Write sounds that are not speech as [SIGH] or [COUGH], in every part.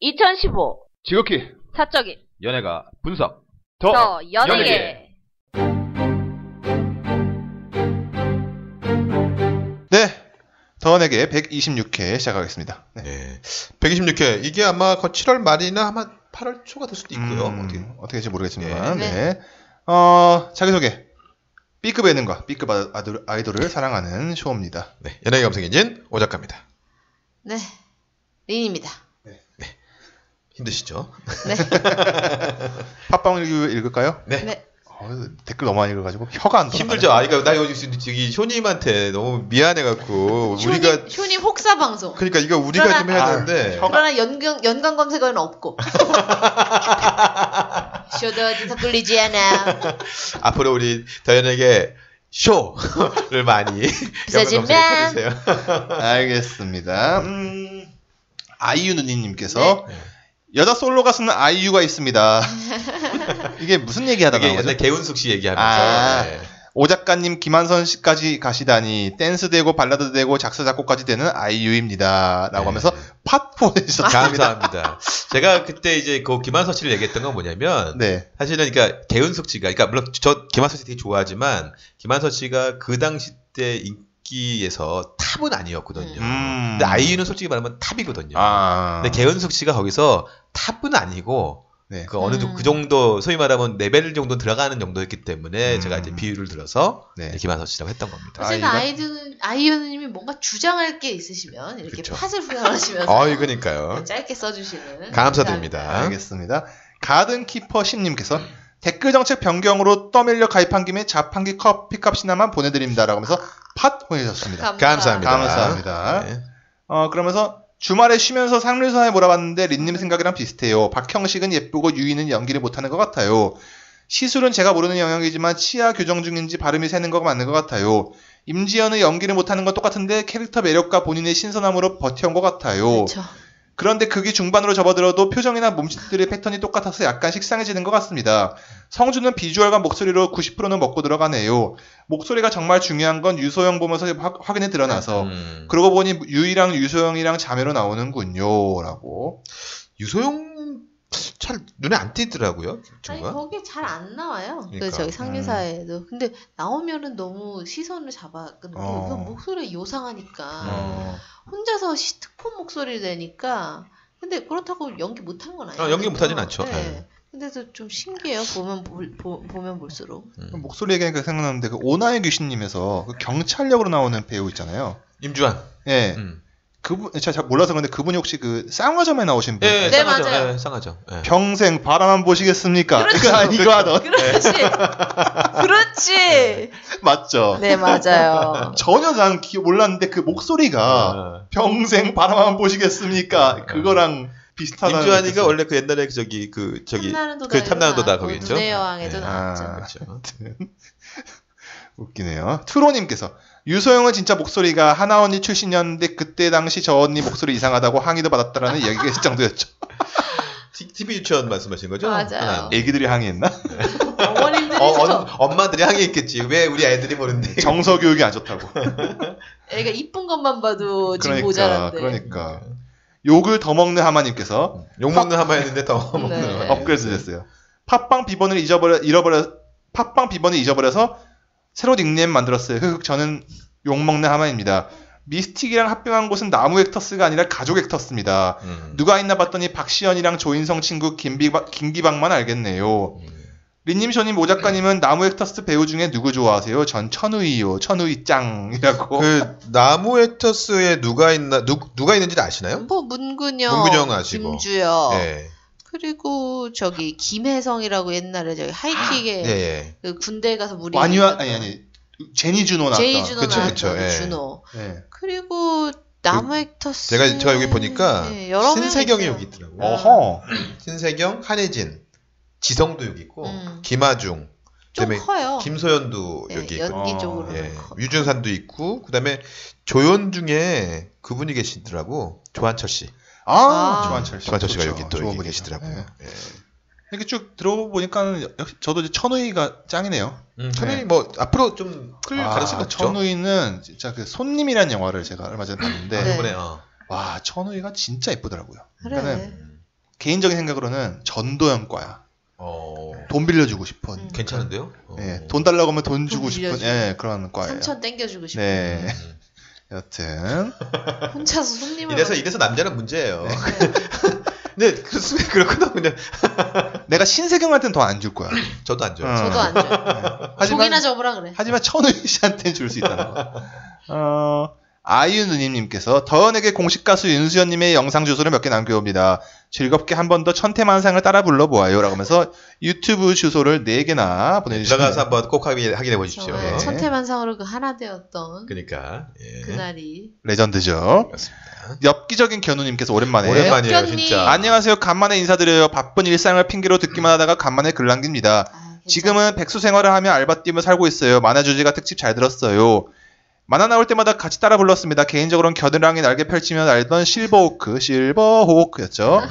2015 지극히 사적인 연예가 분석 더 더 연예계 네. 더원에게 126회 시작하겠습니다. 네. 네. 126회. 이게 아마 거 7월 말이나 아마 8월 초가 될 수도 있고요. 음, 어떻게. 어떻게 될지 모르겠지만. 네. 네. 어, 자기소개. B급 예능과 B급 아- 아들- 아이돌을 사랑하는 쇼입니다. 네. 연예계 감성인진 오작가입니다. 네, 린입니다. 힘드시죠? [LAUGHS] 팟빵 읽- 읽을까요? 네. 네. 어, 댓글 너무 많이 읽어가지고 혀가 안 돌아가네. 힘들죠. 아, 이거 나 여기 지금 저기 효님한테 너무 미안해갖고 뭐 우리가 효님, 효님 혹사 방송. 그러니까 이거 우리가 좀 해야 그러나- 되는데. 아, 그러나 연관 연관 [LAUGHS] 검색어는 없고. 쇼도 어디서 끌리지 않아. 앞으로 우리 더연에게 [LAUGHS] 쇼를 많이 부서지면. 해주세요. 알겠습니다. 음, 아이유 누님님께서 네. 여자 솔로 가수는 아이유가 있습니다. [LAUGHS] 이게 무슨 얘기 하다가 이게 나온 거죠? 옛날 개운숙 씨 얘기하면서 아. 네. 오 작가님 김한선 씨까지 가시다니 댄스 되고 발라드 되고 작사 작곡까지 되는 아이유입니다라고 네. 하면서 팟 보내주셨습니다. 감사합니다. 제가 그때 이제 그 김한서 씨를 얘기했던 건 뭐냐면 네, 사실은 그러니까 개운숙 씨가 그러니까 물론 저 김한서 씨 되게 좋아하지만 김한서 씨가 그 당시 때 인기에서 탑은 아니었거든요. 음. 근데 아이유는 솔직히 말하면 탑이거든요. 아, 근데 예. 네, 개은숙 씨가 거기서 탑은 아니고 네. 그 어느 정- 음. 그 정도 소위 말하면 레벨 정도 들어가는 정도였기 때문에 음. 제가 이제 비유를 들어서 네. 이제 김한서 씨라고 했던 겁니다. 어쨌든 아이유가- 아이유는 아이유님이 뭔가 주장할 게 있으시면 이렇게 그쵸. 팟을 후원하시면서 아, 그러니까요. 짧게 써주시는. 감사드립니다. 알겠습니다. 가든키퍼 심님께서 댓글 정책 변경으로 떠밀려 가입한 김에 자판기 커피값 하나만 보내드립니다라고 하면서 팟 보내주셨습니다. 감사. 감사합니다. 감사합니다. 네. 어 그러면서 주말에 쉬면서 상류선에 몰아봤는데 린님 생각이랑 비슷해요. 박형식은 예쁘고 유이는 연기를 못하는 것 같아요. 시술은 제가 모르는 영역이지만 치아 교정 중인지 발음이 새는 거 맞는 것 같아요. 임지연의 연기를 못하는 건 똑같은데 캐릭터 매력과 본인의 신선함으로 버텨온 것 같아요. 그렇죠. 그런데 그게 중반으로 접어들어도 표정이나 몸짓들의 패턴이 똑같아서 약간 식상해지는 것 같습니다. 성주는 비주얼과 목소리로 90%는 먹고 들어가네요. 목소리가 정말 중요한 건 유소영 보면서 확, 확인해 드러나서 음. 그러고 보니 유이랑 유소영이랑 자매로 나오는군요라고. 유소영 잘 눈에 안 띄더라고요. 아니 중간. 거기 잘 안 나와요. 그 그러니까. 저기 상류사에도. 근데 나오면은 너무 시선을 잡아 끊고 어. 우선 목소리 요상하니까. 어. 혼자서 시- 특폰 목소리를 내니까 근데 그렇다고 연기 못한 건 아니에요. 아, 연기 못하진 않죠. 네. 네. 아, 근데도 좀 신기해요. 보면 볼, 보, 보면 볼수록. 음. 목소리 얘기하니까 생각나는데 그 오나의 귀신님에서 그 경찰력으로 나오는 배우 있잖아요. 임주환. 예, 음. 그분 제가 잘 몰라서 그런데 그분이 혹시 그 쌍화점에 나오신 분? 예, 네, 상하죠. 맞아요. 예, 상하죠. 예. 평생 바람 안 보시겠습니까? 그렇죠. 이거 이거 하던 네. 그렇지. 그렇지. 맞죠? 네 맞아요. 전혀 난 기- 몰랐는데 그 목소리가 아. 평생 바람 안 보시겠습니까? 음. 그거랑 비슷하다는 임주환이가 걸 원래 그 옛날에 저기 그 저기 탐나는 도다. 그 탐나는 도다 거기죠. 네 여왕에도 예. 나왔죠. 아. 그렇죠. 웃기네요. 트로님께서 유소영은 진짜 목소리가 하나 언니 출신이었는데 그때 당시 저 언니 목소리 이상하다고 항의도 받았다라는 얘기가 있을 정도였죠. T- TV 유치원 말씀하신 거죠? 맞아요. 네, 하나. [LAUGHS] 애기들이 항의했나? 어머님들이 어, 저 엄- 엄마들이 항의 있겠지. 왜 우리 애들이 모른데? [LAUGHS] 정서 교육이 안 좋다고. 애가 이쁜 것만 봐도 지금 그러니까 모자란데. 그러니까 욕을 더 먹는 하마님께서 [LAUGHS] 욕 먹는 하마 했는데 더 먹는 네. 하마. 업그레이드 됐어요. 팟빵 비번을 잊어버려 잃어버려 팟빵 비번을 잊어버려서 새로 닉네임 만들었어요. 흑흑 저는 욕 먹는 하마입니다. 미스틱이랑 합병한 곳은 나무 헥터스가 아니라 가족 헥터스입니다. 음. 누가 있나 봤더니 박시연이랑 조인성 친구 김비, 김기방만 알겠네요. 음. 린님, 쇼님, 오 작가님은 나무 헥터스 배우 중에 누구 좋아하세요? 전 천우이요. 천우이 짱이라고. 그 나무 액터스에 누가 있나 누, 누가 있는지 아시나요? 뭐 문근영, 문근영 아시고. 김주혁, 예. 그리고 저기 김혜성이라고 옛날에 저기 하이킥에 예. 예. 그 군대 가서 무리 완유한, 아니, 아니. 제니 준호 나왔던. 제이 준호 그쵸, 나왔던 그쵸, 그 예. 준호 네. 그리고 나무 액터스 제가 제가 여기 보니까 음. 예, 여러 명이 신세경이 있어요. 여기 있더라고요. 어허. 신세경, 한혜진, 지성도 여기 있고 음. 김아중, 좀 그다음에 커요 김소연도 예, 여기 있고 연기 어, 쪽으로 예. 커. 유준산도 있고 그다음에 조연 중에 그분이 계시더라고 조한철 씨. 아, 아. 조한철 씨. 조한철 씨가 좋죠. 여기 또 좋은 여기 분이죠. 계시더라고요. 네. 예. 이렇게 쭉 들어보니까 역시 저도 이제 천우이가 짱이네요. 음, 차라리 뭐 앞으로 좀클 아, 가능성이 없죠. 천우이는 진짜 그 손님이란 영화를 제가 얼마 전에 봤는데 네. 이번에 어. 와 천우이가 진짜 예쁘더라고요. 그래 그러니까는 네. 음. 개인적인 생각으로는 전도연과야. 어, 돈 빌려주고 싶은. 음. 괜찮은데요? 어. 예, 돈 달라고 하면 돈 돈 주고 싶은 빌려주고. 예, 그런 과예요. 3천 땡겨주고 싶어. 네. 음. [LAUGHS] 여튼 혼자서 손님을. 이래서 막- 이래서 남자는 문제예요. 네. 근데 그 순간 그렇구나 그냥 내가 신세경한테는 더 안 줄 거야. 저도 안 좋아요. 음. 저도 [LAUGHS] 안 줘요. 하지만 종이나 접으라 그래. 하지만 천우희 씨한테는 줄 수 있다는 거. 어, 아이유 누님님께서 더현에게 공식 가수 윤수연님의 영상 주소를 몇 개 남겨옵니다. 즐겁게 한 번 더 천태만상을 따라 불러보아요라고 하면서 유튜브 주소를 네 개나 들어가서 보내주셨습니다. 한번 꼭 확인- 확인해 보십시오. 예. 정말 네. 천태만상으로 그 하나 되었던 그러니까 예. 그날이. 레전드죠. 그렇습니다. 엽기적인 견우님께서 오랜만에 오랜만이에요 엽견님. 진짜. 네. 안녕하세요. 간만에 인사드려요. 바쁜 일상을 핑계로 듣기만 하다가 간만에 글 남깁니다. 아, 지금은 백수 생활을 하며 알바 뛰며 살고 있어요. 만화 주제가 특집 잘 들었어요. 만화 나올 때마다 같이 따라 불렀습니다. 개인적으로는 겨드랑이 날개 펼치며 날던 실버호크, 실버호크였죠.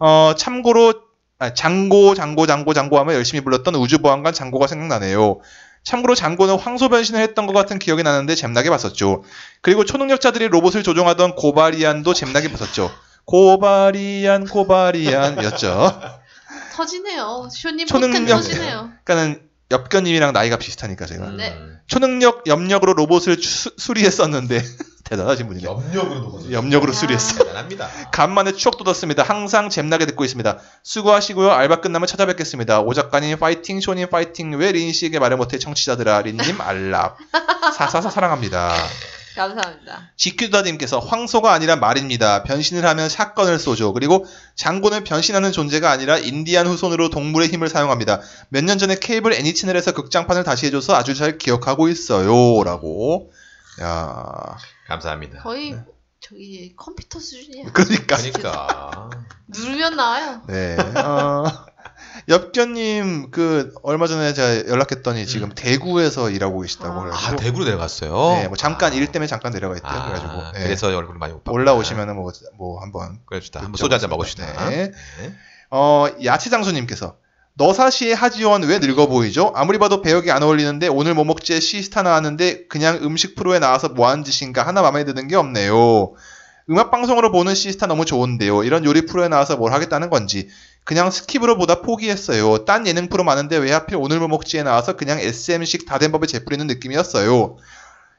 어, 참고로 아, 장고, 장고, 장고, 장고 하며 열심히 불렀던 우주보안관 장고가 생각나네요. 참고로 장고는 황소 변신을 했던 것 같은 기억이 나는데 잼나게 봤었죠. 그리고 초능력자들이 로봇을 조종하던 고바리안도 잼나게 봤었죠. 고바리안, 고바리안이었죠. 터지네요. 쇼님 초능력. 포텐 터지네요. 그러니까는 엽견님이랑 나이가 비슷하니까 제가. 음. [LAUGHS] 네. 초능력 염력으로 로봇을 수, 수리했었는데 [LAUGHS] 대단하신 분이네. 염력으로 녹아서. 염력으로 야. 수리했어. [LAUGHS] 대단합니다. 간만에 추억 돋았습니다. 항상 잼나게 듣고 있습니다. 수고하시고요. 알바 끝나면 찾아뵙겠습니다. 오 작가님 파이팅, 쇼님 파이팅. 왜 린 씨에게 말을 못해 청취자들아. 린님 알랍. 사사사 사랑합니다. 감사합니다. 지큐다님께서 황소가 아니라 말입니다. 변신을 하면 샷건을 쏘죠. 그리고 장고는 변신하는 존재가 아니라 인디안 후손으로 동물의 힘을 사용합니다. 몇 년 전에 케이블 애니 채널에서 극장판을 다시 해줘서 아주 잘 기억하고 있어요.라고. 야, 감사합니다. 거의 저기 컴퓨터 수준이야. 그러니까. 그러니까 누르면 나와요. 네. 어, [LAUGHS] 엽견님 그 얼마 전에 제가 연락했더니 지금 음. 대구에서 일하고 계시다고 아, 아 그래가지고. 대구로 내려갔어요. 네, 뭐 잠깐 아. 일 때문에 잠깐 내려가 있대요. 아, 그래가지고. 네. 그래서 네. 얼굴을 많이 못 봤구나. 올라오시면은 뭐, 뭐 한번 그럽시다. 한번 소주 한 잔 먹읍시다. 네. 네. 어, 야채장수님께서 너사시의 하지원 왜 늙어 보이죠? 아무리 봐도 배역이 안 어울리는데 오늘 뭐 먹지에 시스타 나왔는데 그냥 음식 프로에 나와서 뭐하는 짓인가 하나 마음에 드는 게 없네요. 음악 방송으로 보는 시스타 너무 좋은데요. 이런 요리 프로에 나와서 뭘 하겠다는 건지 그냥 스킵으로 보다 포기했어요. 딴 예능 프로 많은데 왜 하필 오늘 뭐 먹지에 나와서 그냥 SM식 다 된 법에 재뿌리는 느낌이었어요.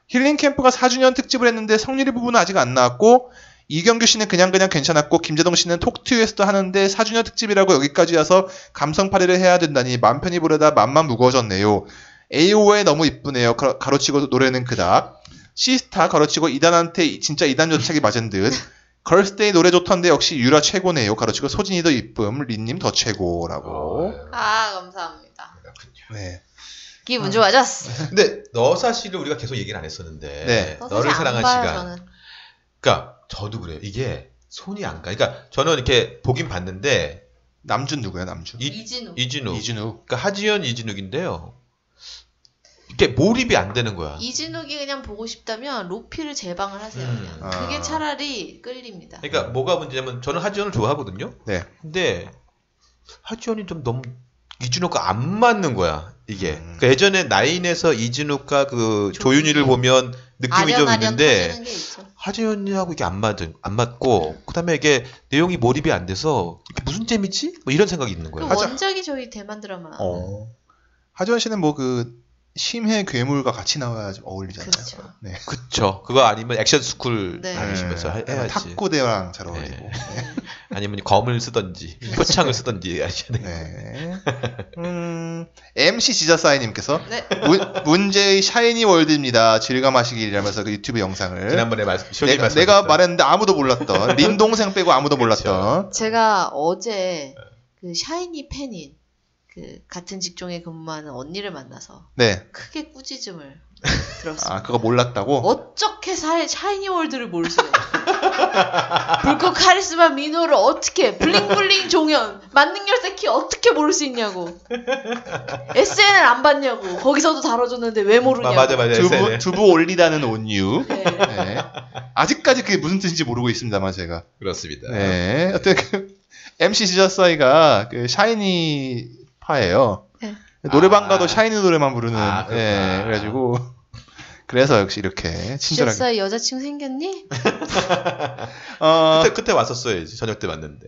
힐링 캠프가 4주년 특집을 했는데 성유리 부분은 아직 안 나왔고 이경규 씨는 그냥 그냥 괜찮았고 김재동 씨는 톡투에서도 하는데 4주년 특집이라고 여기까지 와서 감성 파리를 해야 된다니 맘 편히 부르다 맘만 무거워졌네요. AOA 너무 이쁘네요. 가- 가로치고 노래는 그닥. 시스타 가로치고 이단한테 진짜 이단 저착이 맞은 듯. 걸스데이 노래 좋던데 역시 유라 최고네요. 가로치고 소진이 더 이쁨, 린님 더 최고라고. 어, 아 감사합니다. 네. 기분 좋아졌어. 근데 너 사실을 우리가 계속 얘기를 안 했었는데 네. 너 사실 너를 안 사랑한 봐요, 시간. 저는. 그러니까 저도 그래요. 이게 손이 안 가. 그러니까 저는 이렇게 보긴 봤는데 남준 누구야 남준? 이, 이진우. 이진욱. 이준우. 그러니까 하지연 이진욱인데요. 이게 몰입이 안 되는 거야. 이진욱이 그냥 보고 싶다면 로피를 재방을 하세요. 그냥. 음. 아. 그게 차라리 끌립니다. 그러니까 뭐가 문제냐면 저는 하지연을 좋아하거든요. 네. 근데 하지연이 좀 너무 이진욱과 안 맞는 거야. 이게 음. 그 예전에 나인에서 이진욱과 그 조윤희. 조윤희를 보면 그 느낌이 좀 아련아련 있는데 터지는 게 있죠. 하재현이하고 이게 안 맞은 안 맞고 그다음에 이게 내용이 몰입이 안 돼서 이게 무슨 재미지? 뭐 이런 생각이 있는 그 거예요. 하자. 원작이 저희 대만 드라마. 어. 하지원 씨는 뭐 그 심해 괴물과 같이 나와야 좀 어울리잖아요. 그렇죠. 네. 그쵸? 그거 아니면 액션 스쿨 네. 다니시면서 하- 네, 해야지. 탁구 대왕 잘 어울리고. 아니면 검을 쓰던지 표창을 쓰던지 해야지. 네. 음, MC 지자사이님께서 네. 문- 문제의 샤이니 월드입니다. 즐감하시길이라면서 그 유튜브 영상을 [LAUGHS] 지난번에 말씀 쇼님 네. 내가, 말씀 내가 말했는데 아무도 [LAUGHS] 몰랐던 린 동생 빼고 아무도 몰랐던 제가 네. 어제 그 샤이니 팬인 그 같은 직종에 근무하는 언니를 만나서 네. [LAUGHS] 크게 꾸짖음을 들었어요. 아 그거 몰랐다고. 어떻게 사- 샤이니 월드를 모르세요? [LAUGHS] 불꽃 카리스마 민호를 어떻게 블링블링 종현 만능 열쇠 키 어떻게 모를 수 있냐고 SN을 안 봤냐고 거기서도 다뤄줬는데 음, 왜 모르냐고 맞아 맞아. 두부 SNL. 두부 올리다는 온유. 네. 네. 아직까지 그게 무슨 뜻인지 모르고 있습니다만 제가. 그렇습니다. 네. 어떤 그 [LAUGHS] MC 지저사이가 그 샤이니 파예요. 네. 노래방 가도 아. 샤이니 노래만 부르는. 아, 그렇구나. 예, 그래가지고 [LAUGHS] 그래서 역시 이렇게 친절하게. 실사 여자친구 생겼니? 어, 그때 그때 왔었어요. 저녁 때 왔는데.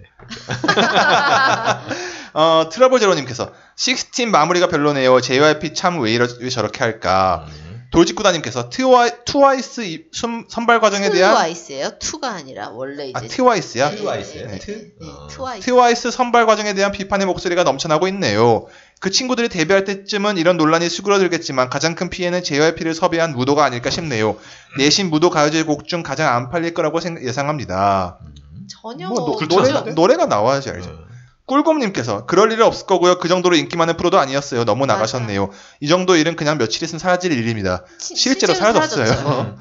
어, 트러블 제로님께서 16 마무리가 별로네요. JYP 참 왜 이러 왜 저렇게 할까. 음. 돌직구다님께서 트와이, 트와이스 이- 순- 선발 과정에 대한 트와이스예요. 투가 아니라 원래 이제 아 트와이스야. 네, 트와이스예요? 네, 트? 네, 네, 어. 트와이스. 트와이스 선발 과정에 대한 비판의 목소리가 넘쳐나고 있네요. 그 친구들이 데뷔할 때쯤은 이런 논란이 수그러들겠지만 가장 큰 피해는 JYP를 섭외한 무도가 아닐까 싶네요. 내신 무도 가요제 곡 중 가장 안 팔릴 거라고 생- 예상합니다. 음. 전혀 뭐 노, 그렇지 노래가, 않은데? 노래가 나와야지 알죠. 어. 꿀곰님께서 그럴 일은 없을 거고요. 그 정도로 인기 많은 프로도 아니었어요. 너무 나가셨네요. 이 정도 일은 그냥 며칠 있으면 사라질 일입니다. 치- 실제로 사라졌어요. 사라졌죠.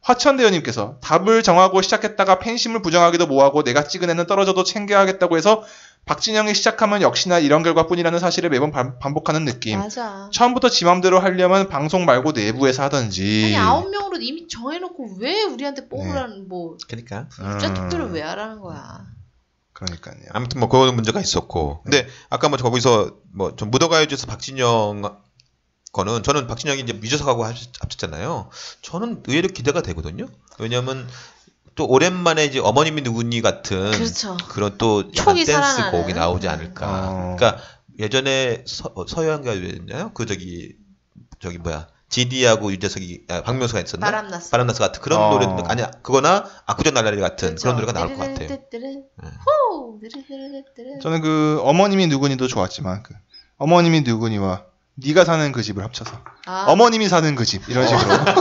화천대유님께서 답을 정하고 시작했다가 팬심을 부정하기도 뭐하고 내가 찍은 애는 떨어져도 챙겨야겠다고 해서 박진영이 시작하면 역시나 이런 결과뿐이라는 사실을 매번 반- 반복하는 느낌. 맞아. 처음부터 지 맘대로 하려면 방송 말고 내부에서 하든지. 아니 아홉 명으로 이미 정해놓고 왜 우리한테 네. 뽑으라는 뭐 그러니까. 진짜 투표를 음, 왜 하라는 거야? 그러니까요. 아무튼 뭐 그런 문제가 있었고. 근데 아까 뭐 거기서 뭐좀 무더가요제에서 박진영 거는 저는 박진영이 이제 미조석하고 합쳤- 합쳤잖아요. 저는 의외로 기대가 되거든요. 왜냐하면 또 오랜만에 이제 어머님이 누구니 같은 그렇죠. 그런 또 약간 촉이 댄스 살아나는. 곡이 나오지 않을까. 어. 그러니까 예전에 서, 서현가였나요? 그 저기 저기 뭐야 지디하고 유재석이 아, 박명수가 있었나? 바람 났어. 바람나스 같은 그런 어. 노래도 아니 그거나 아쿠전 날라리 같은 그렇죠. 그런 노래가 나올 것 같아요. 띠르르르르르. 네. 호! 띠르르르르르. 저는 그 어머님이 누구니도 좋았지만 그 어머님이 누구니와 네가 사는 그 집을 합쳐서 아, 어머님이 사는 그 집 이런 [LAUGHS] 식으로 네.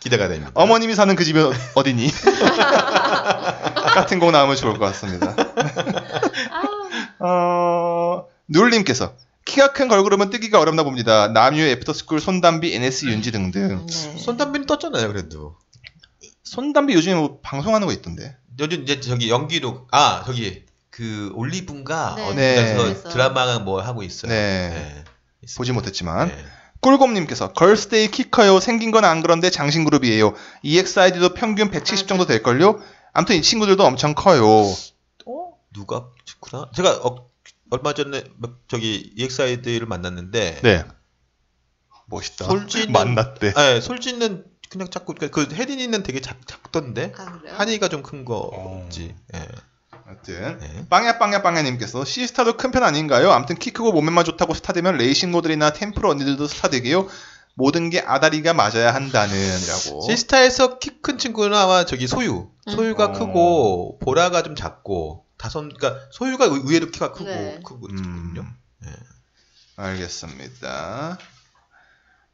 기대가 됩니다. 어머님이 사는 그 집이 어디니 [LAUGHS] 같은 곡 나오면 좋을 것 같습니다. 아, 어, 누울님께서 키가 큰 걸그룹은 뜨기가 어렵나 봅니다. 남유, 애프터스쿨, 손담비, NS 윤지 등등. 네. 손담비는 떴잖아요, 그래도. 손담비 요즘에 뭐 방송하는 거 있던데. 요즘 이제 저기 연기도 아 저기 그 올리브인가 네. 어디서 네. 드라마 뭐 하고 있어요. 네. 있습니다. 보지 못했지만 네. 꿀곰님께서 걸스데이 키 커요. 생긴 건 안 그런데 장신 그룹이에요. E EXID도 평균 170 정도 될 걸요. 아무튼 이 친구들도 엄청 커요. 누가 그구나 제가 어, 얼마 전에 막 저기 EXID를 만났는데 네. 멋있다. 솔직히- 만났대. 네, 솔지는 그냥 작고 그러니까 그 혜린이는 되게 작, 작던데 아, 그래요? 한이가 좀 큰 거지. 예. 어. 아무튼 네. 빵야 빵야 빵야님께서 시스타도 큰 편 아닌가요? 아무튼 키 크고 몸매만 좋다고 스타 되면 레이싱모들이나 템플 언니들도 스타 되게요. 모든 게 아다리가 맞아야 한다는이라고. 시스타에서 키 큰 친구는 아마 저기 소유. 음. 소유가 어. 크고 보라가 좀 작고 다선 그러니까 소유가 의- 의외로 키가 크고 네. 크고 음, 작거든요. 예. 알겠습니다.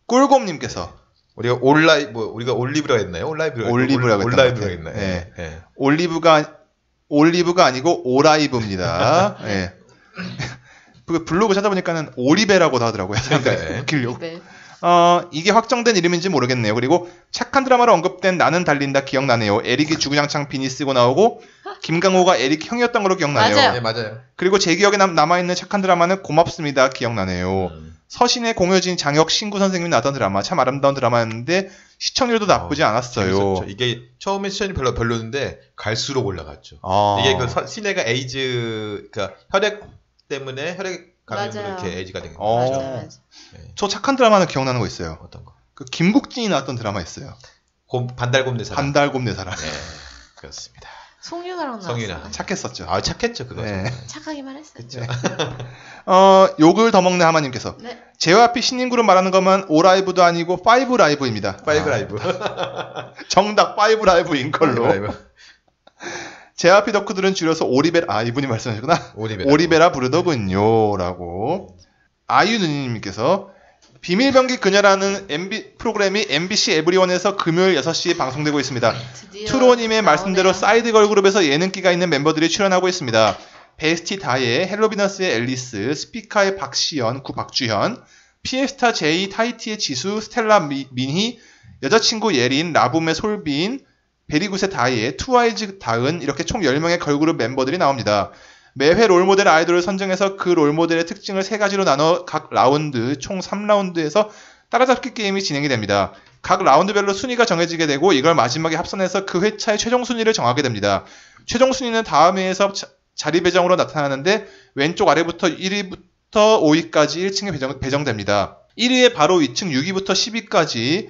꿀곰님께서 우리가 온라이 뭐 우리가 올리브라 했나요? 올라이브라 올리브라고 했던 것 올라이브라 같아요. 했나요? 예. 예. 예. 올리브가 올리브가 아니고 [LAUGHS] 오라이브입니다. 예. [LAUGHS] 그 블로그 찾아보니까는 오리베라고 하더라고요. [LAUGHS] 네. 웃기려고. 네. 어, 이게 확정된 이름인지 모르겠네요. 그리고 착한 드라마로 언급된 나는 달린다 기억나네요. 에릭이 주구장창 비니 쓰고 나오고 김강호가 에릭 형이었던 걸로 기억나네요. 맞아요. 예, 맞아요. 그리고 제 기억에 남, 아있는 착한 드라마는 고맙습니다 기억나네요. 음. 서신의 공효진 장혁 신구 선생님이 나왔던 드라마 참 아름다운 드라마였는데 시청률도 나쁘지 않았어요. 재밌었죠. 이게 처음에 시선이 별로 별로인데 갈수록 올라갔죠. 아. 이게 그 서- 시내가 에이즈 그러니까 혈액 때문에 혈액 감염으로 맞아요. 이렇게 에이즈가 된 어. 거죠. 맞아, 맞아. 예. 저 착한 드라마는 기억나는 거 있어요. 어떤 거? 그 김국진이 나왔던 드라마 있어요. 곰, 반달곰 내사. 반달곰 내 사랑. 네, 그렇습니다. 송윤아랑 나왔어. 성윤아. 착했었죠. 아 착했죠 그거. 네. 착하기만 했어요. 어, 욕을 더 먹는 하마님께서 네. 제와피 신인 그룹 말하는 것만 오라이브도 아니고 파이브 라이브입니다. 파이브 아. 라이브. 정답 파이브 라이브인 아, 걸로. 제와피 덕후들은 줄여서 오리베라 아 이분이 말씀하셨구나. 오리베라. 오리베라 부르더군요. 라고. 아유 누님께서 비밀병기 그녀라는 MB 프로그램이 MBC 에브리원에서 금요일 6시에 방송되고 있습니다. 드디어 투로님의 말씀대로 나오네요. 사이드 걸그룹에서 예능기가 있는 멤버들이 출연하고 있습니다. 베스티 다의 헬로비너스의 앨리스, 스피카의 박시연, 구 박주현, 피에스타 제이, 타이티의 지수, 스텔라 미- 민희, 여자친구 예린, 라붐의 솔빈, 베리굿의 다이에, 투와이즈 다은 이렇게 총 10명의 걸그룹 멤버들이 나옵니다. 매회 롤모델 아이돌을 선정해서 그 롤모델의 특징을 세 가지로 나눠 각 라운드 총 3라운드에서 따라잡기 게임이 진행이 됩니다. 각 라운드별로 순위가 정해지게 되고 이걸 마지막에 합산해서 그 회차의 최종 순위를 정하게 됩니다. 최종 순위는 다음 회에서 자- 자리 배정으로 나타나는데 왼쪽 아래부터 1위부터 5위까지 1층에 배정, 됩니다 1위에 바로 2층 6위부터 10위까지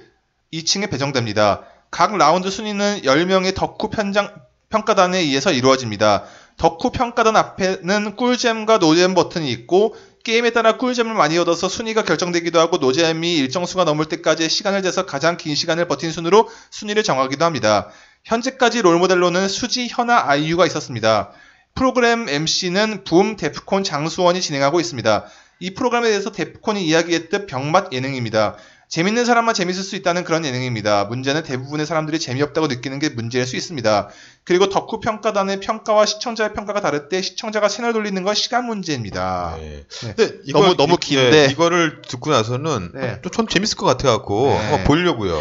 2층에 배정됩니다. 각 라운드 순위는 10명의 덕후 편장, 평가단에 의해서 이루어집니다. 덕후 평가단 앞에는 꿀잼과 노잼 버튼이 있고 게임에 따라 꿀잼을 많이 얻어서 순위가 결정되기도 하고 노잼이 일정 수가 넘을 때까지의 시간을 재서 가장 긴 시간을 버틴 순으로 순위를 정하기도 합니다. 현재까지 롤모델로는 수지, 현아, 아이유가 있었습니다. 프로그램 MC는 붐, 데프콘, 장수원이 진행하고 있습니다. 이 프로그램에 대해서 데프콘이 이야기했듯 병맛 예능입니다. 재밌는 사람만 재밌을 수 있다는 그런 예능입니다. 문제는 대부분의 사람들이 재미없다고 느끼는 게 문제일 수 있습니다. 그리고 덕후 평가단의 평가와 시청자의 평가가 다를 때 시청자가 채널 돌리는 건 시간 문제입니다. 네. 네. 근데 너무- 너무 이- 긴데. 예, 이거를 듣고 나서는 네. 좀, 좀 재밌을 것 같아갖고 네. 한번 보려고요.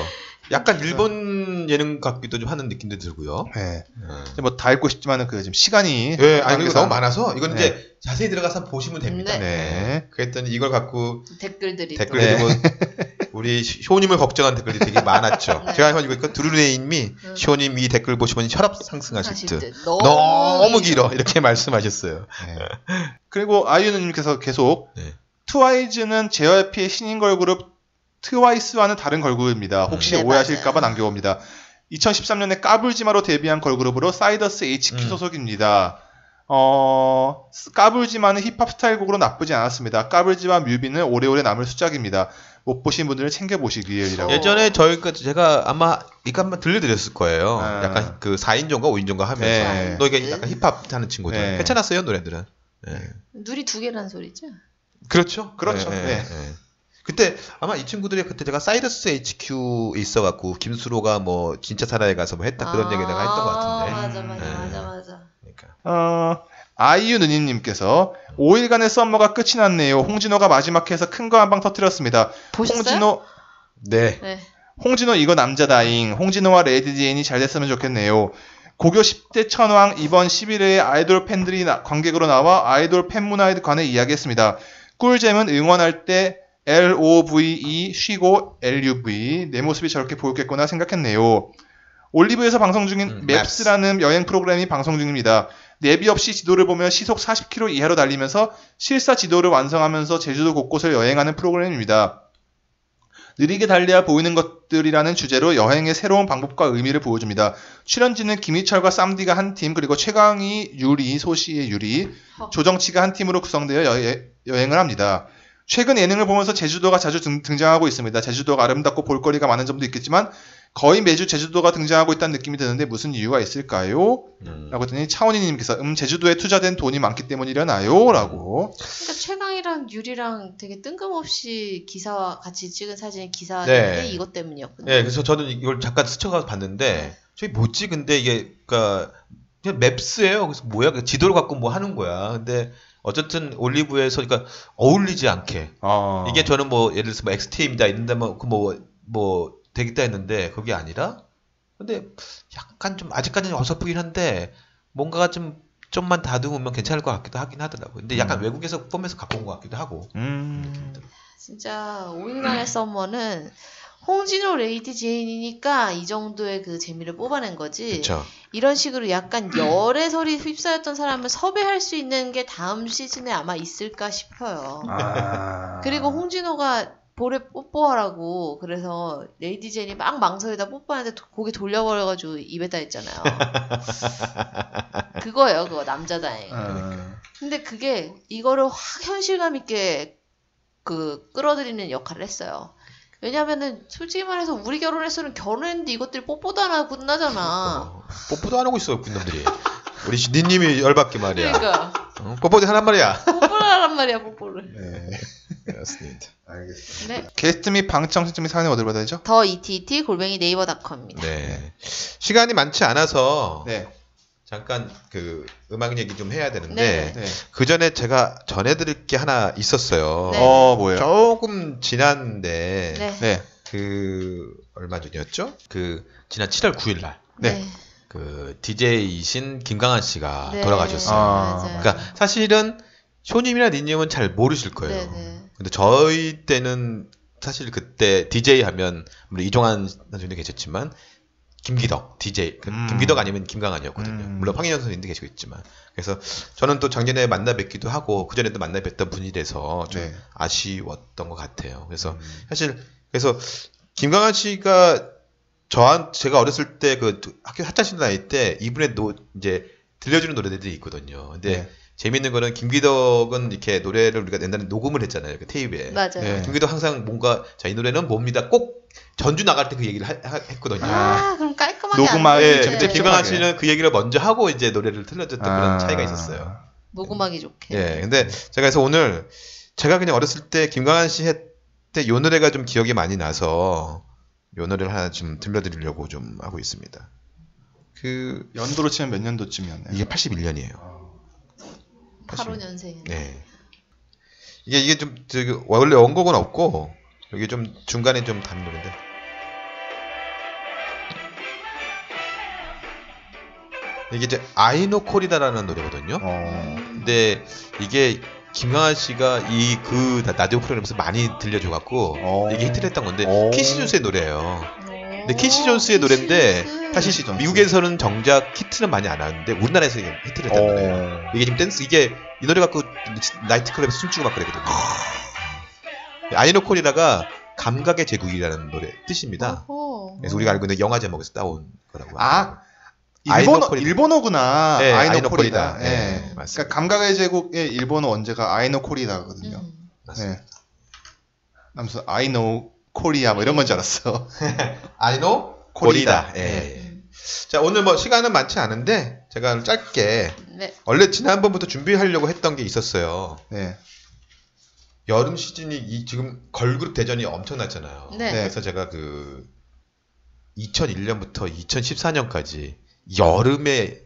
약간 일본 예능 같기도 좀 하는 느낌도 들고요. 네. 예, 이제 뭐다 읽고 싶지만은 그 지금 시간이 예, 아니 이거 관계상- 너무 많아서 이건 네. 이제 자세히 들어가서 한번 보시면 됩니다. 네. 네. 그랬더니 이걸 갖고 댓글들이 또. 댓글이 뭐 네. [LAUGHS] 우리 쇼님을 걱정한 댓글이 되게 많았죠. 네. 제가 이거 보니까 두루레인님이 음. 네. 쇼님 이 댓글 보시면 혈압 아, 사실 상승하실 듯. 때 너무, 너무 길어 이렇게 말씀하셨어요. 네. 그리고 아이유님께서 계속 네. 트와이즈는 JYP의 신인 걸그룹 트와이스와는 다른 걸그룹입니다. 혹시 네, 오해하실까봐 남겨옵니다. 2013년에 까불지마로 데뷔한 걸그룹으로 사이더스 HQ 음. 소속입니다. 어, 까불지마는 힙합 스타일 곡으로 나쁘지 않았습니다. 까불지마 뮤비는 오래오래 남을 수작입니다. 못 보신 분들은 [LAUGHS] 챙겨보시기를이라고. 예, 예전에 저희가 그 제가 아마 이거 한번 들려드렸을 거예요. 아. 약간 그 4인조인가 5인조인가 하면서 네. 너 이게 약간 힙합 하는 친구들 네. 괜찮았어요 노래들은. 네. 눈이 두 개란 소리죠? 그렇죠, 그렇죠. 네. 그때 아마 이 친구들이 그때 제가 사이러스 HQ에 있어가고 김수로가 뭐 진짜 사나이 가서 뭐 했다 그런 얘기 내가 했던 것 같은데. 아, 맞아 맞아 네. 맞아 맞아. 그러니까. 어, 아이유 누님님께서 5일간의 썸머가 끝이 났네요. 홍진호가 마지막 해서 큰 거 한 방 터뜨렸습니다. 보셨어요? 홍진호 네. 네. 홍진호 이거 남자다잉. 홍진호와 레디디엔이 잘 됐으면 좋겠네요. 고교 10대 천왕 이번 11회에 아이돌 팬들이 나- 관객으로 나와 아이돌 팬문화에 관해 이야기했습니다. 꿀잼은 응원할 때 LOVE 쉬고 LUV 내 모습이 저렇게 보였겠구나 생각했네요. 올리브에서 방송 중인 음, 맵스라는 여행 프로그램이 방송 중입니다. 내비 없이 지도를 보면 시속 40km 이하로 달리면서 실사 지도를 완성하면서 제주도 곳곳을 여행하는 프로그램입니다. 느리게 달려야 보이는 것들이라는 주제로 여행의 새로운 방법과 의미를 보여줍니다. 출연진은 김희철과 쌈디가 한 팀, 그리고 최강희, 유리, 소시의 유리, 허. 조정치가 한 팀으로 구성되어 여, 행을 합니다. 최근 예능을 보면서 제주도가 자주 등, 장하고 있습니다. 제주도가 아름답고 볼거리가 많은 점도 있겠지만 거의 매주 제주도가 등장하고 있다는 느낌이 드는데 무슨 이유가 있을까요? 음. 라고 했더니 차원희님께서 음 제주도에 투자된 돈이 많기 때문이려나요? 라고 그러니까 최강이랑 유리랑 되게 뜬금없이 기사와 같이 찍은 사진이 기사인데 네. 이것 때문이었군요. 네, 그래서 저는 이걸 잠깐 스쳐가서 봤는데 저기 뭐지? 근데 이게 그러니까 그냥 맵스예요. 그래서 뭐야? 그 지도를 갖고 뭐 하는 거야. 근데 어쨌든 올리브에서 그러니까 어울리지 않게 어. 이게 저는 뭐 예를 들어서 뭐 XT입니다. 이런다면 그뭐뭐 되겠다 했는데 그게 아니라 근데 약간 좀 아직까지는 어설프긴 한데 뭔가가 좀 좀만 다듬으면 괜찮을 것 같기도 하긴 하더라고요. 근데 약간 음. 외국에서 폼에서 갖고 온 것 같기도 하고. 음. 진짜 5일간의 썸머는 홍진호 레이디 제인이니까 이 정도의 그 재미를 뽑아낸 거지. 그렇죠. 이런 식으로 약간 열의 설이 휩싸였던 사람을 섭외할 수 있는 게 다음 시즌에 아마 있을까 싶어요. 아. 그리고 홍진호가 볼에 뽀뽀하라고 그래서 레이디 젠이 막 망설이다 뽀뽀하는데 도- 고개 돌려버려가지고 입에다 했잖아요. 그거예요, 그거 남자다잉. 아. 근데 그게 이거를 확 현실감 있게 그 끌어들이는 역할을 했어요. 왜냐면은 솔직히 말해서 우리 결혼했으면 결혼했는데 이것들이 뽀뽀도 안 하고 끝나잖아. 어, 뽀뽀도 안 하고 있어요, 군놈들이. 우리 씨, 니님이 열받게 말이야. 그러니까 어, 뽀뽀도 하란 말이야. 뽀뽀를 하란 말이야 뽀뽀를. 네. 그렇습니다. 알겠습니다. 네. 게스트 및 방청 신청이 사연을 어디로 받아야 되죠? 더 이티이티 골뱅이 네이버닷컴입니다. 네. 시간이 많지 않아서 네. 잠깐 그 음악 얘기 좀 해야 되는데 네. 네. 그 전에 제가 전해드릴 게 하나 있었어요. 네. 어 뭐예요? 조금 지난데 네. 네. 그 얼마 전이었죠? 그 지난 7월 9일 네. 날 그 DJ이신 김강한 씨가 네. 돌아가셨어요. 아. 맞아요. 그러니까 사실은 쇼님이나 니님은 잘 모르실 거예요. 네네. 근데 저희 때는 사실 그때 DJ 하면 물론 이종환 선생님도 계셨지만 김기덕 DJ 그 음. 김기덕 아니면 김강한이었거든요. 음. 물론 황인현 선생님도 계시고 있지만 그래서 저는 또 작년에 만나 뵙기도 하고 그 전에도 만나 뵀던 분이라서 좀 네. 아쉬웠던 것 같아요. 그래서 음. 사실 그래서 김강한 씨가 저한 제가 어렸을 때 그 학교 하차신 나이 때 이분의 노 이제 들려주는 노래들이 있거든요. 근데 네. 재밌는 거는 김기덕은 이렇게 노래를 우리가 옛날에 녹음을 했잖아요. 그 테이프에. 맞아요. 네. 김기덕 항상 뭔가 자 이 노래는 뭡니다. 꼭 전주 나갈 때 그 얘기를 하- 하- 했거든요. 아, 그럼 깔끔하게 녹음하기 안 예, 돼. 네. 좀 근데 찝찝하게. 김강한 씨는 그 얘기를 먼저 하고 이제 노래를 틀려줬던 네. 아. 그런 차이가 있었어요. 녹음하기 좋게. 예, 근데 제가 그래서 오늘 제가 그냥 어렸을 때 김강한 씨때이 노래가 좀 기억이 많이 나서 이 노래를 하나 좀 들려드리려고 좀 하고 있습니다. 그 연도로 치면 몇 년도쯤이었나요? 이게 81년이에요. 85년생. 네. 이게 이게 좀 저기 원래 원곡은 없고 여기 좀 중간에 좀 담는 노래인데. 이게 이제 아이노콜이다라는 노래거든요. 어. 근데 이게 김강한 씨가 이 그 라디오 프로그램에서 많이 들려줘 갖고 어. 이게 히트를 했던 건데 어. 키시 존스의 노래예요. 근데 키시 존스의 노래인데 사실 키시 존스. 미국에서는 정작 히트는 많이 안 하는데 우리나라에서 이게 히트를 했던 노래예요. 어. 이게 지금 댄스 이게 이 노래 갖고 나이트클럽에서 춤추고 막 그랬거든요. 아이노콜이라가 감각의 제국이라는 노래 뜻입니다. 오. 그래서 우리가 알고 있는 영화 제목에서 따온 거라고. 아, 일본어, 아이노콜이다. 일본어구나. 네, 아이노콜이다. 아이노콜이다. 예. 네, 그러니까 맞습니다. 감각의 제국의 일본어 원제가 아이노콜이다거든요. 음. 맞습니다. 네. 남수 아이노 코리아 뭐 이런 건 줄 알았어. 아이노콜이다. 콜이다. 예. 자 오늘 뭐 시간은 많지 않은데 제가 오늘 짧게 네. 원래 지난번부터 준비하려고 했던 게 있었어요. 네. 여름 시즌이 이 지금 걸그룹 대전이 엄청났잖아요. 네. 그래서 제가 그 2001년부터 2014년까지 여름에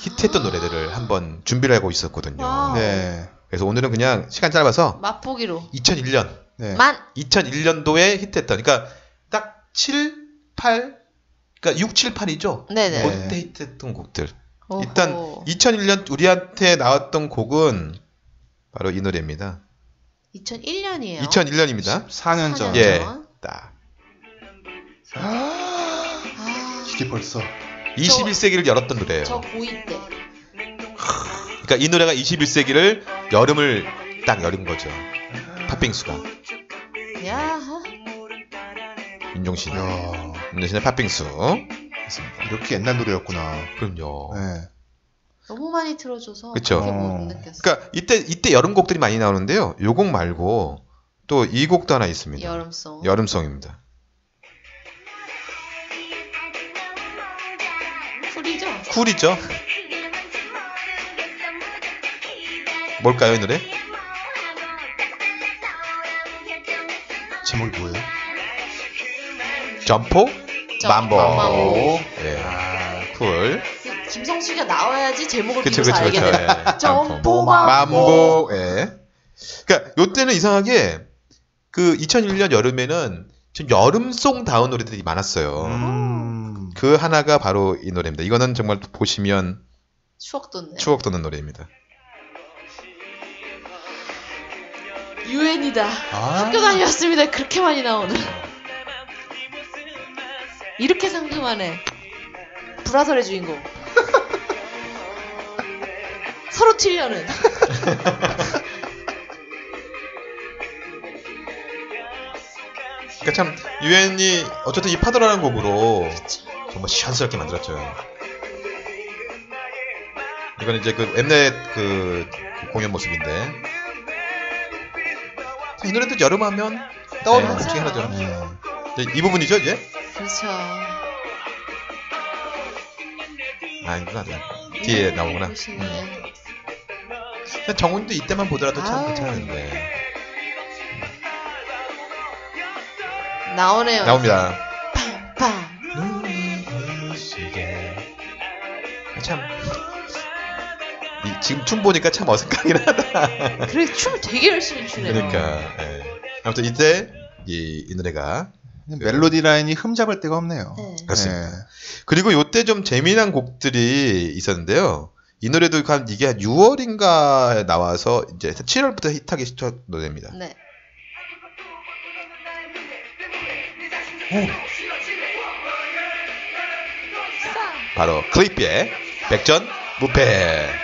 히트했던 노래들을 한번 준비를 하고 있었거든요. 아. 와우. 네. 그래서 오늘은 그냥 시간 짧아서 맛보기로. 2001년, 네. 만. 2001년도에 히트했던, 그러니까 딱 7, 8, 그러니까 6, 7, 8이죠. 네네. 네. 그때 히트했던 곡들. 일단 2001년 우리한테 나왔던 곡은 바로 이 노래입니다. 2001년이에요. 2001년입니다. 4년 전. 예. 예. 전. 딱 아, [GASPS] 이게 벌써 21세기를 열었던 노래예요. 저 고2 때. 그러니까 이 노래가 21세기를 여름을 딱 열은 거죠. 팥빙수가 야. 윤종신. 야, 윤종신의 팥빙수. 맞습니다. 이렇게 옛날 노래였구나. 그럼요. 네. 너무 많이 틀어줘서 그쵸. 그렇게 못 어. 느꼈어요. 그러니까 이때 이때 여름 곡들이 많이 나오는데요. 요 곡 말고 또 이 곡도 하나 있습니다. 여름송. 그러니까 여름송입니다. 풀이죠? 쿨이죠? 뭘까요 이 노래? 제목이 뭐예요? 점포? 저 맘보. 맘보. 예. 아, 쿨. 김성수가 나와야지 제목을 그쵸, 비로소 그쵸, 그쵸. 알겠네. 예. 점포 맘보. 맘보. 예. 그러니까 요때는 이상하게 그 2001년 여름에는 좀 여름송 다운 노래들이 많았어요. 음. 그 하나가 바로 이 노래입니다. 이거는 정말 보시면 추억 돋네. 추억 돋는 노래입니다. 유엔이다. 아, 학교 다녔습니다. 그렇게 많이 나오는. 이렇게 상큼하네. 브라설의 주인공. [LAUGHS] 서로 튀려는. 그러니까 참 유엔이 어쨌든 이 파도라는 곡으로 정말 시원스럽게 만들었죠. 이건 이제 그 엠넷 그, 그 공연 모습인데 참, 이 노래도 여름하면 떠오르는 네, 곡 중에 맞아요. 하나죠. 네. 이제 이 부분이죠, 이제? 그렇죠. 아, 이거 아니야. 뒤에 나오구나. 음. 보시네. 근데 정훈도 이때만 보더라도 참 아우. 괜찮은데. 나오네요. 나옵니다. 아, 빵. 참. 이- 지금 춤 보니까 참 어색하긴 하다. 그래 춤 되게 열심히 추네요. 그러니까. 예. 아무튼 이때 이, 이 노래가 네. 멜로디 라인이 흠잡을 데가 없네요. 네. 그렇습니다. 그리고 요때 좀 재미난 곡들이 있었는데요. 이 노래도 한 이게 한 6월인가에 나와서 이제 7월부터 히트하기 시작한 노래입니다. 네. 바로 클리피의 백전 무패. 야.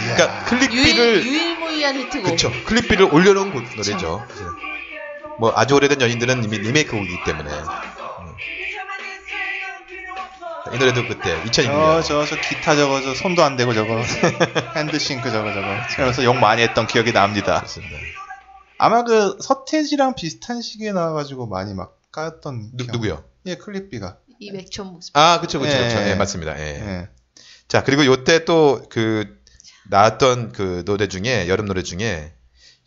그러니까 클리피를 유일, 유일무이한 히트곡. 그쵸. 클립비를 올려놓은 곡, 노래죠. 뭐 아주 오래된 연인들은 이미 리메이크곡이기 때문에. 이 노래도 그때 2006년. 어, 저, 저, 저 기타 저거, 저 손도 안 대고 저거. [LAUGHS] 핸드싱크 저거, 저거. 그래서 욕 많이 했던 기억이 납니다. 그렇습니다. 아마 그 서태지랑 비슷한 시기에 나와가지고 많이 막 까였던. 누, 기억. 누구요? 예, 클립비가. 이 맥천 목숨. 아, 그쵸, 그쵸, 그쵸. 예. 예, 맞습니다. 예. 예. 자, 그리고 요때 또 그, 나왔던 그 노래 중에, 여름 노래 중에,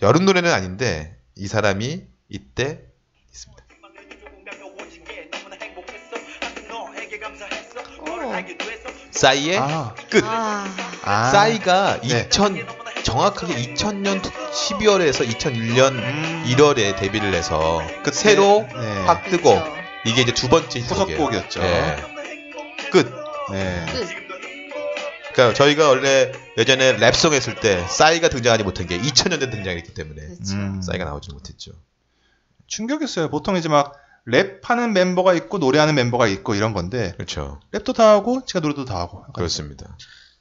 여름 노래는 아닌데, 이 사람이 이때 있습니다. 싸이의 아, 끝. 아, 아. 예. 싸이가 네. 2000, 정확하게 2000년 12월에서 2001년 음. 1월에 데뷔를 해서, 그 새로 네. 확 뜨고, 그쵸. 이게 이제 두 번째 히트곡이에요. 후속곡이었죠. 예. 끝. 네. 끝. 그러니까 저희가 원래 예전에 랩송 했을 때 싸이가 등장하지 못한 게 2000년대 등장했기 때문에 그렇죠. 음. 싸이가 나오지 못했죠. 충격이었어요. 보통 이제 막 랩하는 멤버가 있고 노래하는 멤버가 있고 이런 건데 그렇죠. 랩도 다 하고 제가 노래도 다 하고. 약간- 그렇습니다.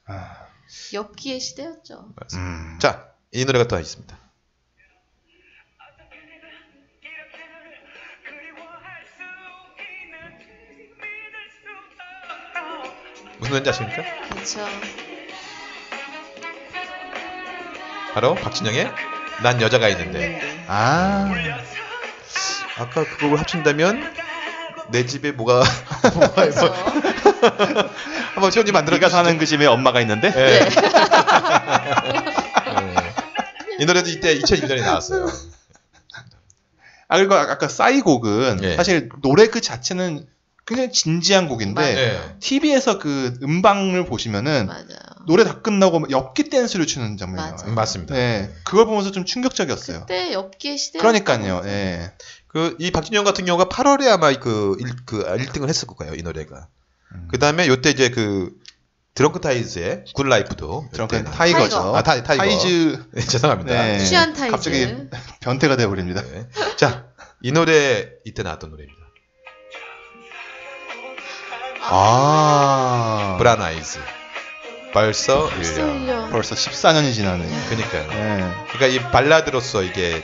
아, 엽기의 시대였죠. 맞습니다. 음. 자, 이 노래가 또 있습니다. 무슨 노래인지 아십니까? [LAUGHS] 그렇죠. 바로 박진영의 난 여자가 네, 있는데 아. 아까 그걸 합친다면 내 집에 뭐가 그렇죠. 한번 시원님 만들어 네가 사는 그 집에 엄마가 있는데. 네. 예. [LAUGHS] 예. 이 노래도 이때 2001년에 나왔어요. 아 그리고 아- 아까 싸이 곡은 예. 사실 노래 그 자체는 굉장히 진지한 곡인데 맞아요. 네. 예. TV에서 그 음방을 보시면은 맞아요. 노래 다 끝나고 막 엽기 댄스를 추는 장면이 맞아. 나와요. 음, 맞습니다. 네, 그걸 보면서 좀 충격적이었어요. 그때 엽기의 시대. 그러니까요. 예. 그 이 박진영 같은 경우가 8월에 아마 그, 일, 그 1등을 했을 거예요 이 노래가. 음. 그 다음에 요때 이제 그 드렁크 타이즈의 굿 라이프도. 드렁큰 요때 타이거죠. 타이거. 아, 타이- 타이거. 타이즈 나- 네, 죄송합니다. 네. 취한 타이즈. 갑자기- 변태가 되어버립니다. 네. 자, 이 노래 이때 나왔던 노래입니다. 아. 브라운 아이즈. 벌써 벌써 1년. 1년. 벌써 14년이 지나네. 그니까요. 예. 그러니까 이 발라드로서 이게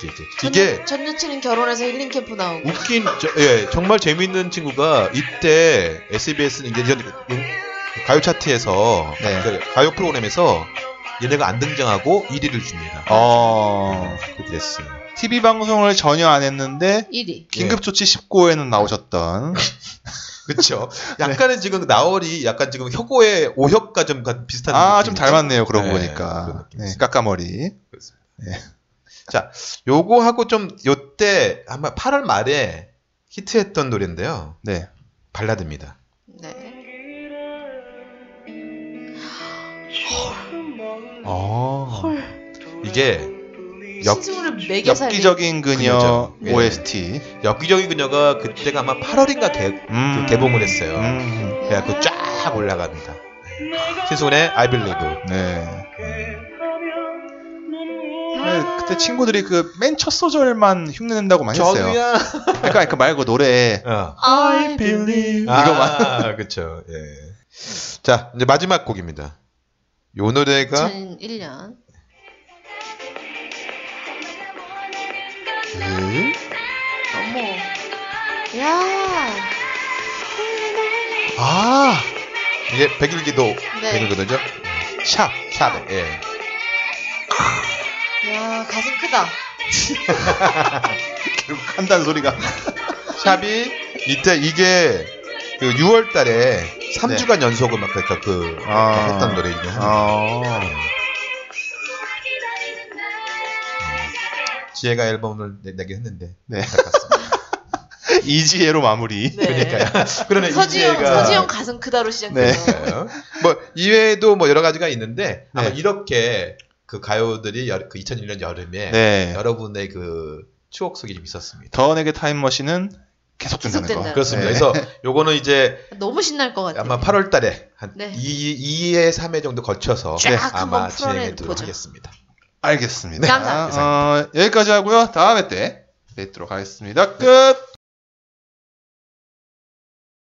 이게 이게- 이게 전 여친은 결혼해서 힐링 캠프 나오고. 웃긴 저- 예 정말 재미있는 친구가 이때 SBS는 이제 전- 음, 가요 차트에서 네. 그 가요 프로그램에서 얘네가 안 등장하고 1위를 줍니다. 어. 그 그랬어요. TV 방송을 전혀 안 했는데 1위. 긴급조치 19호에는 나오셨던 [LAUGHS] 그렇죠. 약간은 지금 나월이 약간 지금 혁오의 오혁과 좀 같은 비슷한 아 느낌이죠. 좀 닮았네요 그러고 네, 그런 보니까 느낌이 네, 있어요. 까까머리 요거하고 좀 요때 아마 8월 말에 히트했던 노래인데요. 네 발라드입니다. 네. 헐. 이게 역 신승훈을 매개 살린. 엽기적인 그녀 그녀죠. 예. OST 엽기적인 그녀가 그때가 아마 8월인가 개, 음. 그 개봉을 했어요. 음. 그래갖고 쫙 올라갑니다. 신승훈의 I Believe. 네 네, 그때 친구들이 그 맨 첫 소절만 흉내낸다고 많이 했어요 저도야. 그러니까 그 말고 노래 [LAUGHS] 어. I believe. 아, 그쵸. 예. 자, 이제 마지막 곡입니다. 요 노래가 2001년. 그 어머. 야. 아 이게 백일기도 네. 백일기도죠. 샵 샵. 예. 야 가슴 크다. 결국 한단 소리가 샵이 이때 이게 그 6월달에 3주간 연속을 막 그러니까 그 아. 했던 노래이긴 합니다. 어. 지혜가 앨범을 내, 내긴 했는데 네. 안타깝습니다. [LAUGHS] 이지혜로 마무리 [LAUGHS] 그러니까요. 그러네 서지영 이지혜가 서지영 가슴 크다로 시작해서. 그러니까요. 뭐 이외에도 뭐 여러 가지가 있는데 아마 네. 이렇게 그 가요들이 여, 그 2001년 여름에 네 여러분의 그 추억 속이 좀 있었습니다. 더원에게 타임머신은 계속 된다는 거 계속된다. 그렇습니다. 네. 그래서 요거는 이제 너무 신날 것 같아. 아마 8월 달에 한 네. 2, 2회, 3회 정도 걸쳐서 쫙 아마 한번 풀어내도록 진행하도록 보죠. 하겠습니다. 알겠습니다 감사합니다. 어, 여기까지 하고요 다음에 때 뵙도록 하겠습니다 끝